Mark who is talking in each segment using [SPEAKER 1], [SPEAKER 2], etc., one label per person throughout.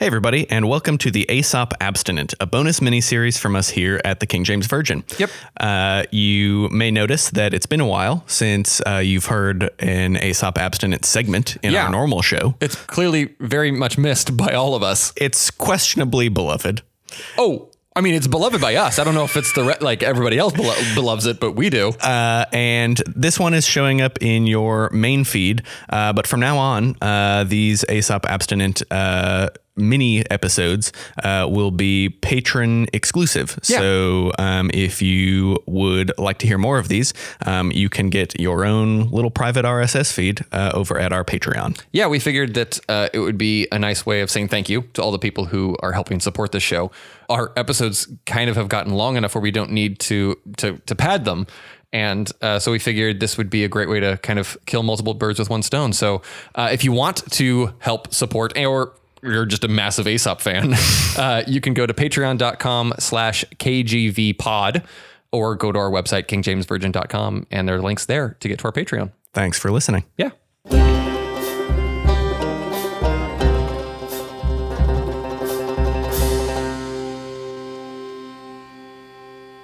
[SPEAKER 1] Hey, everybody, and welcome to the Aesop Abstinent, a bonus miniseries from us here at the King James Virgin.
[SPEAKER 2] Yep.
[SPEAKER 1] Uh, you may notice that it's been a while since uh, you've heard an Aesop Abstinent segment in
[SPEAKER 2] Yeah.
[SPEAKER 1] our normal show.
[SPEAKER 2] It's clearly very much missed by all of us.
[SPEAKER 1] It's questionably beloved.
[SPEAKER 2] Oh, I mean, it's beloved by us. I don't know if it's the re- like everybody else belo- beloves it, but we do.
[SPEAKER 1] Uh, and this one is showing up in your main feed. Uh, but from now on, uh, these Aesop Abstinent uh, mini episodes uh, will be patron exclusive.
[SPEAKER 2] Yeah.
[SPEAKER 1] So um, if you would like to hear more of these, um, you can get your own little private RSS feed uh, over at our Patreon.
[SPEAKER 2] yeah, we figured that uh, it would be a nice way of saying thank you to all the people who are helping support this show. Our episodes kind of have gotten long enough where we don't need to to to pad them. And uh, so we figured this would be a great way to kind of kill multiple birds with one stone. So uh, if you want to help support or you're just a massive Aesop fan, uh, you can go to patreon.com slash kgvpod or go to our website, kingjamesvirgin.com, and there are links there to get to our Patreon.
[SPEAKER 1] Thanks for listening.
[SPEAKER 2] Yeah.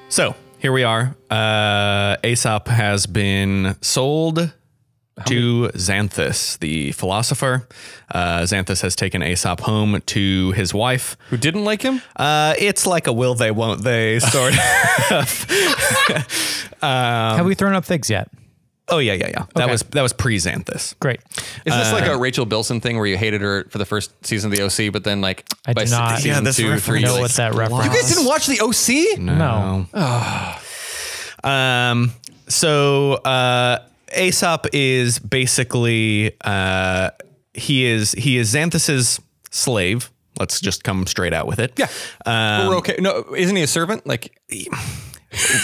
[SPEAKER 1] So here we are. Uh, Aesop has been sold to Xanthus, the philosopher. Uh, Xanthus has taken Aesop home to his wife.
[SPEAKER 2] Who didn't like him?
[SPEAKER 1] Uh, it's like a will they, won't they sort of.
[SPEAKER 3] Have we thrown up figs yet?
[SPEAKER 1] oh yeah, yeah, yeah. That
[SPEAKER 3] Okay.
[SPEAKER 1] was that was pre Xanthus.
[SPEAKER 3] Great.
[SPEAKER 2] Is this like a Rachel Bilson thing where you hated her for the first season of the OC, but then like
[SPEAKER 3] I
[SPEAKER 2] by
[SPEAKER 3] did
[SPEAKER 2] se-
[SPEAKER 3] not.
[SPEAKER 2] season
[SPEAKER 1] Yeah, this
[SPEAKER 2] two,
[SPEAKER 1] reference
[SPEAKER 2] three,
[SPEAKER 3] know
[SPEAKER 2] you're
[SPEAKER 3] what that reference.
[SPEAKER 2] like, you guys didn't watch the OC?
[SPEAKER 3] no.
[SPEAKER 1] Um, so uh, Aesop is basically uh, he is he is Xanthus's slave. Let's just come straight out with it.
[SPEAKER 2] Yeah. We're okay. No, isn't he a servant? Like,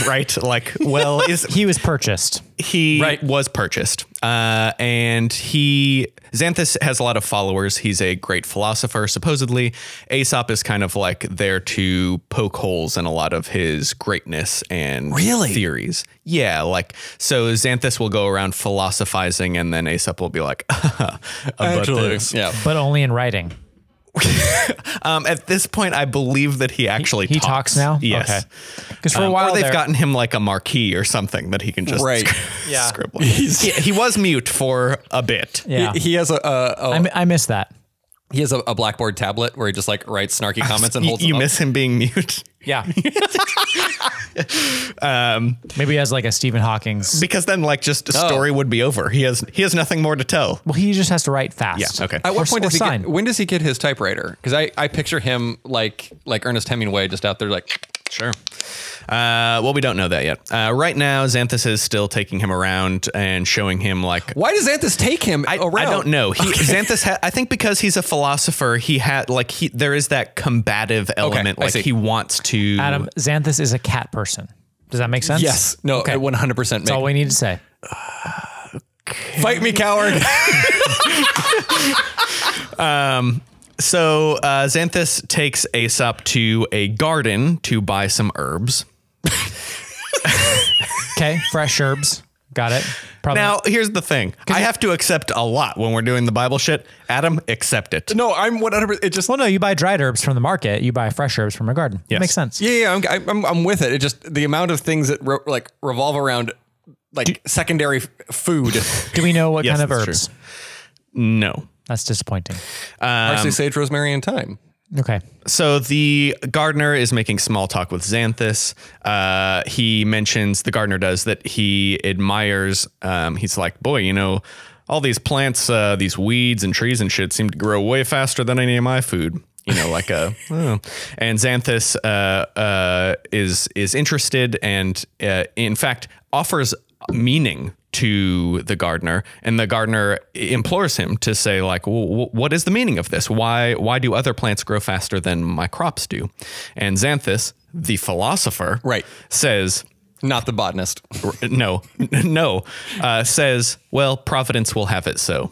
[SPEAKER 1] right? Like, well, is
[SPEAKER 3] He was purchased.
[SPEAKER 1] he
[SPEAKER 2] Right.
[SPEAKER 1] was purchased, uh, and he Xanthus has a lot of followers. He's a great philosopher, supposedly. Aesop is kind of like there to poke holes in a lot of his greatness and
[SPEAKER 2] Really?
[SPEAKER 1] theories. Yeah, like so Xanthus will go around philosophizing, and then Aesop will be like, about this.
[SPEAKER 2] yeah.
[SPEAKER 3] But only in writing.
[SPEAKER 1] Um, at this point, I believe that he actually
[SPEAKER 3] He talks, now?
[SPEAKER 1] Yes.
[SPEAKER 3] Because for a
[SPEAKER 1] Um,
[SPEAKER 3] while
[SPEAKER 1] or they've
[SPEAKER 3] there-
[SPEAKER 1] gotten him like a marquee or something that he can just
[SPEAKER 2] Right.
[SPEAKER 3] Yeah.
[SPEAKER 1] scribble. He, he was mute for a bit.
[SPEAKER 3] Yeah.
[SPEAKER 2] He, he has a, a, a
[SPEAKER 3] I, mi- I miss that.
[SPEAKER 2] he has a, a blackboard tablet where he just like writes snarky comments and
[SPEAKER 1] You,
[SPEAKER 2] holds
[SPEAKER 1] you
[SPEAKER 2] them up.
[SPEAKER 1] miss him being mute
[SPEAKER 3] Yeah. Maybe he has like a Stephen Hawking's.
[SPEAKER 1] because then like just a
[SPEAKER 2] Oh.
[SPEAKER 1] story would be over. He has he has nothing more to tell.
[SPEAKER 3] Well, he just has to write fast.
[SPEAKER 1] Yeah, okay.
[SPEAKER 2] At
[SPEAKER 3] or,
[SPEAKER 2] what point
[SPEAKER 3] or
[SPEAKER 2] does he
[SPEAKER 3] sign?
[SPEAKER 2] get, when does he get his typewriter? Because I, I picture him like like Ernest Hemingway just out there like
[SPEAKER 1] Sure. Uh, well, we don't know that yet. Uh, right now, Xanthus is still taking him around and showing him like
[SPEAKER 2] why does Anthus take him
[SPEAKER 1] I,
[SPEAKER 2] around?
[SPEAKER 1] I don't know. He, Xanthus, ha- I think because he's a philosopher, he had like he there is that combative element.
[SPEAKER 2] I
[SPEAKER 1] like
[SPEAKER 2] see.
[SPEAKER 1] he wants to.
[SPEAKER 3] Adam Xanthus is a cat person. Does that make sense?
[SPEAKER 2] Yes. No.
[SPEAKER 3] Okay.
[SPEAKER 2] One hundred percent.
[SPEAKER 3] That's all we need to say.
[SPEAKER 2] Fight me, coward.
[SPEAKER 1] So uh, Xanthus takes Aesop to a garden to buy some herbs.
[SPEAKER 3] Okay. Fresh herbs. Got it. Probably.
[SPEAKER 1] Now, here's the thing: I have to accept a lot when we're doing the Bible shit. Adam, accept it.
[SPEAKER 2] no, I'm one hundred. It just
[SPEAKER 3] well, no, you buy dried herbs from the market. You buy fresh herbs from a garden.
[SPEAKER 1] Yes.
[SPEAKER 3] Makes sense.
[SPEAKER 2] Yeah, yeah, I'm, I'm, I'm with it. It just the amount of things that re- like revolve around like secondary f- food.
[SPEAKER 3] Do we know what
[SPEAKER 1] Yes,
[SPEAKER 3] kind of
[SPEAKER 1] that's true.
[SPEAKER 3] herbs?
[SPEAKER 1] No.
[SPEAKER 3] That's disappointing.
[SPEAKER 1] Um,
[SPEAKER 2] Actually, sage, rosemary, and thyme.
[SPEAKER 3] Okay.
[SPEAKER 1] So the gardener is making small talk with Xanthus. Uh, he mentions the gardener does that he admires. Um, he's like, boy, you know, all these plants, uh, these weeds and trees and shit seem to grow way faster than any of my food. You know, like a oh. and Xanthus uh, uh, is is interested and uh, in fact offers meaning to the gardener and the gardener implores him to say like w- w- what is the meaning of this why why do other plants grow faster than my crops do and xanthus the philosopher
[SPEAKER 2] Right.
[SPEAKER 1] says
[SPEAKER 2] Not the botanist.
[SPEAKER 1] r- no no uh, says well providence will have it so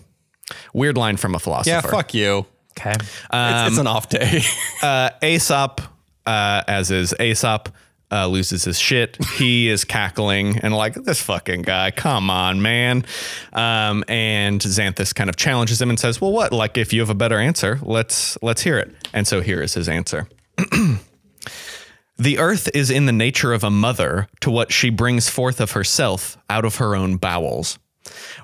[SPEAKER 1] weird line from a philosopher
[SPEAKER 2] Yeah, fuck you.
[SPEAKER 3] Okay.
[SPEAKER 1] Um,
[SPEAKER 2] it's, it's an off day.
[SPEAKER 1] uh, Aesop, uh, as is Aesop, uh, uh, loses his shit. He is cackling and like this fucking guy. Come on, man. Um, and Xanthus kind of challenges him and says, "Well, what? Like, if you have a better answer, let's let's hear it." And so here is his answer. The earth is in the nature of a mother to what she brings forth of herself out of her own bowels.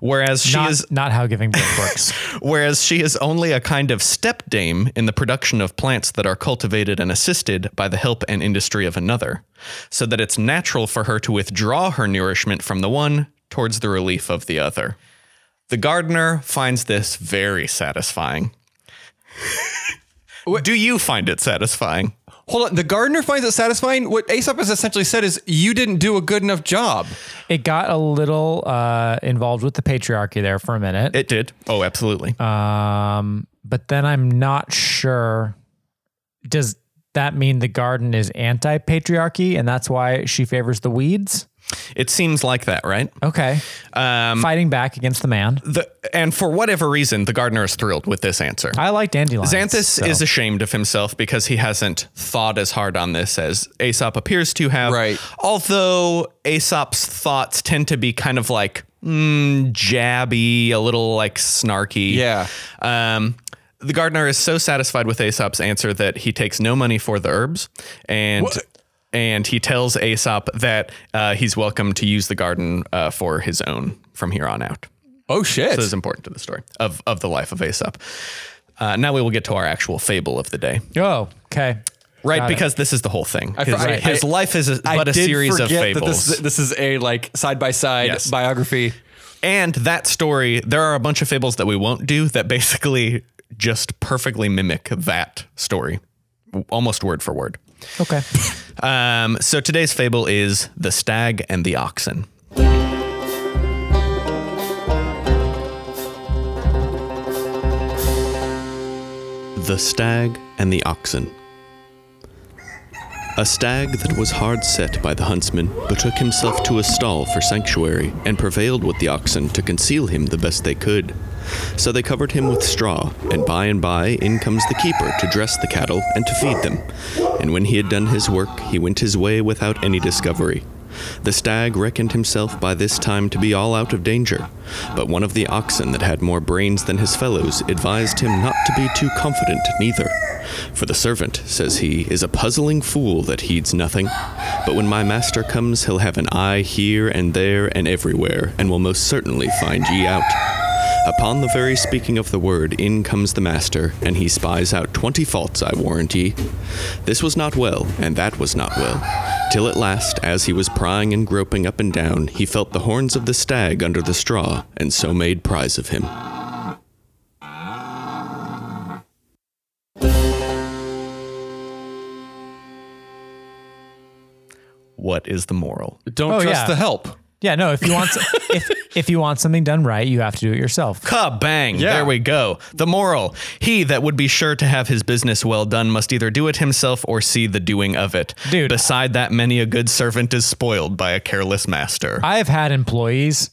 [SPEAKER 1] Whereas she
[SPEAKER 3] Not,
[SPEAKER 1] is
[SPEAKER 3] not how giving birth works.
[SPEAKER 1] whereas she is only a kind of stepdame in the production of plants that are cultivated and assisted by the help and industry of another, so that it's natural for her to withdraw her nourishment from the one towards the relief of the other. The gardener finds this very satisfying. Do you find it satisfying?
[SPEAKER 2] Hold on. The gardener finds it satisfying. What Aesop has essentially said is you didn't do a good enough job.
[SPEAKER 3] it got a little uh, involved with the patriarchy there for a minute.
[SPEAKER 1] It did. Oh, absolutely.
[SPEAKER 3] Um, but then I'm not sure. Does that mean the garden is anti patriarchy and that's why she favors the weeds?
[SPEAKER 1] it seems like that, right?
[SPEAKER 3] Okay. Um, Fighting back against the man.
[SPEAKER 1] The, and for whatever reason, the gardener is thrilled with this answer.
[SPEAKER 3] I like dandelions.
[SPEAKER 1] Xanthus
[SPEAKER 3] so-
[SPEAKER 1] is ashamed of himself because he hasn't thought as hard on this as Aesop appears to have.
[SPEAKER 2] Right.
[SPEAKER 1] Although Aesop's thoughts tend to be kind of like mm, jabby, a little like snarky.
[SPEAKER 2] Yeah.
[SPEAKER 1] Um, the gardener is so satisfied with Aesop's answer that he takes no money for the herbs and. And he tells Aesop that uh, he's welcome to use the garden uh, for his own from here on out.
[SPEAKER 2] Oh shit.
[SPEAKER 1] This is important to the story of, of the life of Aesop. Uh, now we will get to our actual fable of the day,
[SPEAKER 3] Oh, okay.
[SPEAKER 1] right?
[SPEAKER 3] Got it.
[SPEAKER 1] because this is the whole thing. His,
[SPEAKER 2] I-
[SPEAKER 1] his
[SPEAKER 2] I-
[SPEAKER 1] life is a, but a series of fables,
[SPEAKER 2] this, this is a like side by side
[SPEAKER 1] Yes.
[SPEAKER 2] biography.
[SPEAKER 1] and that story. There are a bunch of fables that we won't do that basically just perfectly mimic that story, w- almost word for word.
[SPEAKER 3] Okay.
[SPEAKER 1] Um, so today's fable is the stag and the oxen. The Stag and the Oxen. A stag that was hard set by the huntsman betook himself to a stall for sanctuary, and prevailed with the oxen to conceal him the best they could. So they covered him with straw, and by and by in comes the keeper to dress the cattle and to feed them. And when he had done his work, he went his way without any discovery. The stag reckoned himself by this time to be all out of danger, but one of the oxen that had more brains than his fellows advised him not to be too confident neither. For the servant, says he, is a puzzling fool that heeds nothing. But when my master comes, he'll have an eye here and there and everywhere, and will most certainly find ye out. Upon the very speaking of the word, in comes the master, and he spies out twenty faults, I warrant ye. This was not well, and that was not well. Till at last, as he was prying and groping up and down, he felt the horns of the stag under the straw, and so made prize of him. What is the moral?
[SPEAKER 2] Don't
[SPEAKER 3] Oh,
[SPEAKER 2] trust
[SPEAKER 3] yeah.
[SPEAKER 2] the help.
[SPEAKER 3] Yeah, no, if you want if if you want something done right, you have to do it yourself.
[SPEAKER 1] Kabang!
[SPEAKER 2] Yeah.
[SPEAKER 1] There we go. The moral. He that would be sure to have his business well done must either do it himself or see the doing of it.
[SPEAKER 3] Dude.
[SPEAKER 1] Beside that, many a good servant is spoiled by a careless master.
[SPEAKER 3] I've had employees.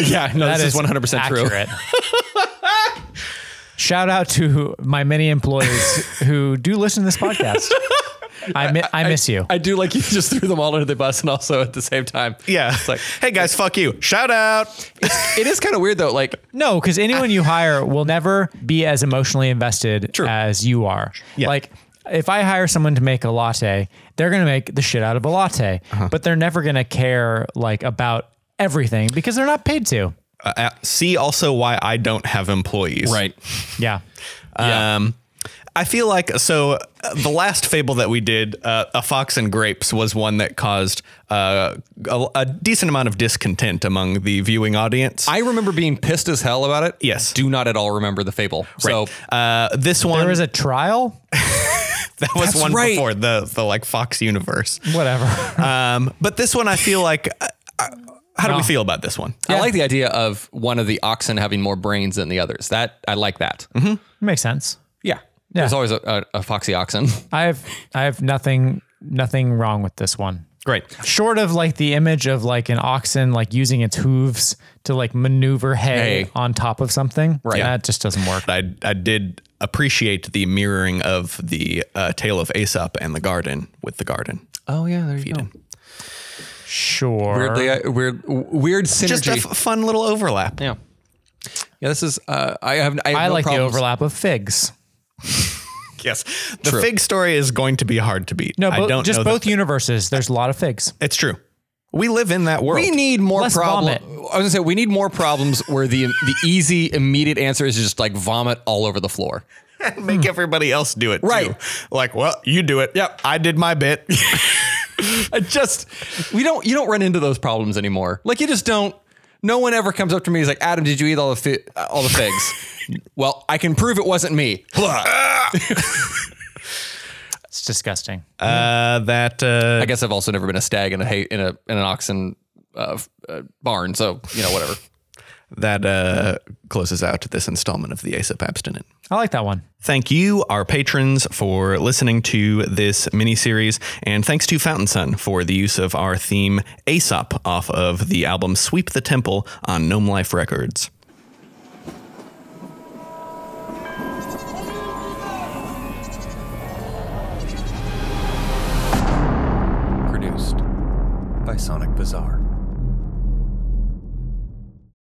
[SPEAKER 2] Yeah, no,
[SPEAKER 3] That
[SPEAKER 2] this is
[SPEAKER 3] is
[SPEAKER 2] one hundred percent true.
[SPEAKER 3] accurate. Shout out to my many employees who do listen to this podcast. I mi- I, miss you.
[SPEAKER 2] I do like you just threw them all under the bus, and also at the same time,
[SPEAKER 1] yeah.
[SPEAKER 2] It's like
[SPEAKER 1] hey guys, fuck you. Shout out.
[SPEAKER 2] it is kind of weird though. Like
[SPEAKER 3] No, because anyone you hire will never be as emotionally invested
[SPEAKER 2] True.
[SPEAKER 3] as you are.
[SPEAKER 1] Yeah.
[SPEAKER 3] Like, if I hire someone to make a latte, they're gonna make the shit out of a latte,
[SPEAKER 2] Uh-huh.
[SPEAKER 3] but they're never gonna care like about everything because they're not paid to.
[SPEAKER 1] Uh, uh, see also why I don't have employees.
[SPEAKER 3] Yeah,
[SPEAKER 2] Yeah.
[SPEAKER 1] Um, I feel like so. uh, The last fable that we did, uh, a fox and grapes, was one that caused uh, a, a decent amount of discontent among the viewing audience.
[SPEAKER 2] I remember being pissed as hell about it.
[SPEAKER 1] Yes.
[SPEAKER 2] do not at all remember the fable. So
[SPEAKER 1] uh, this one
[SPEAKER 3] there was a trial.
[SPEAKER 1] That was
[SPEAKER 2] That's
[SPEAKER 1] one
[SPEAKER 2] right.
[SPEAKER 1] before the the like Fox universe.
[SPEAKER 3] Whatever.
[SPEAKER 1] Um, but this one, I feel like, uh, uh, how do we feel about this one?
[SPEAKER 2] I like the idea of one of the oxen having more brains than the others. That I like that.
[SPEAKER 3] Makes sense.
[SPEAKER 2] Mm-hmm. Yeah. There's always a, a, a foxy oxen.
[SPEAKER 3] I have I have nothing nothing wrong with this one.
[SPEAKER 1] Great.
[SPEAKER 3] Short of like the image of like an oxen like using its hooves to like maneuver hay
[SPEAKER 2] Hay.
[SPEAKER 3] on top of something, right?
[SPEAKER 1] Yeah.
[SPEAKER 3] That just doesn't work.
[SPEAKER 1] I I did appreciate the mirroring of the uh, tale of Aesop and the garden with the garden.
[SPEAKER 2] Oh yeah, there you go.
[SPEAKER 3] Sure.
[SPEAKER 2] Weirdly, uh, weird, w- weird synergy.
[SPEAKER 1] Just a f- fun little overlap.
[SPEAKER 2] yeah, yeah. This is. Uh, I have. I, have
[SPEAKER 3] I
[SPEAKER 2] no
[SPEAKER 3] like the
[SPEAKER 2] problems.
[SPEAKER 3] overlap of figs.
[SPEAKER 1] Yes, the fig story is going to be hard to beat.
[SPEAKER 3] No,
[SPEAKER 1] I
[SPEAKER 3] bo-
[SPEAKER 1] don't
[SPEAKER 3] just
[SPEAKER 1] know
[SPEAKER 3] both
[SPEAKER 1] That,
[SPEAKER 3] universes. There's a lot of figs.
[SPEAKER 1] it's true. We live in that world.
[SPEAKER 2] We need more
[SPEAKER 3] Less
[SPEAKER 2] problems.
[SPEAKER 3] vomit.
[SPEAKER 2] I was gonna say we need more problems where the the easy immediate answer is just like vomit all over the floor.
[SPEAKER 1] Make everybody else do it.
[SPEAKER 2] Right.
[SPEAKER 1] Too. Like, well, you do it. Yep. I did my bit.
[SPEAKER 2] I just we don't you don't run into those problems anymore. Like you just don't. No one ever comes up to me and is like, Adam, did you eat all the fi- uh, all the figs? well, I can prove it wasn't me.
[SPEAKER 3] It's disgusting.
[SPEAKER 1] uh, that uh,
[SPEAKER 2] I guess I've also never been a stag in a hay, in a in an oxen uh, f- uh, barn, so you know whatever.
[SPEAKER 1] that uh, closes out this installment of the Aesop Abstinent.
[SPEAKER 3] I like that one.
[SPEAKER 1] Thank you, our patrons, for listening to this mini series, and thanks to Fountain Sun for the use of our theme Aesop off of the album Sweep the Temple on Gnome Life Records.
[SPEAKER 4] Produced by Sonic Bazaar.